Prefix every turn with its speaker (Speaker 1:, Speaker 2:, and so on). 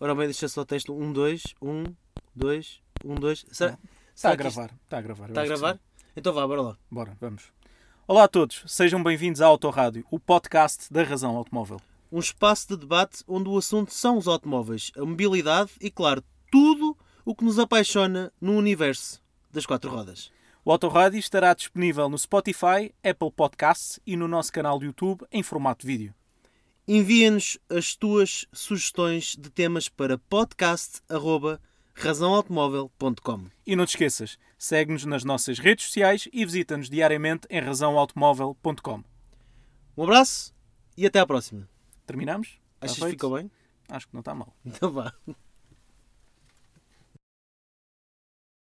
Speaker 1: Ora bem, deixa só o texto. Um, dois, um, dois, um, dois. Será?
Speaker 2: Está
Speaker 1: será
Speaker 2: a
Speaker 1: que isto-
Speaker 2: gravar, está a gravar. eu
Speaker 1: Está a
Speaker 2: acho que
Speaker 1: gravar? Então vá, bora lá.
Speaker 2: sim. Bora, vamos. Olá a todos, sejam bem-vindos à Autorádio, o podcast da razão automóvel.
Speaker 1: Um espaço de debate onde o assunto são os automóveis, a mobilidade e, claro, tudo o que nos apaixona no universo das quatro rodas.
Speaker 2: O Autorádio estará disponível no Spotify, Apple Podcasts e no nosso canal do YouTube em formato vídeo.
Speaker 1: Envia-nos as tuas sugestões de temas para podcast.razãoautomóvel.com
Speaker 2: E não te esqueças, segue-nos nas nossas redes sociais e visita-nos diariamente em razãoautomóvel.com.
Speaker 1: Um abraço e até à próxima.
Speaker 2: Terminamos? Está
Speaker 1: Achas que
Speaker 2: feito?
Speaker 1: ficou bem?
Speaker 2: Acho que não está mal.
Speaker 1: Então vá.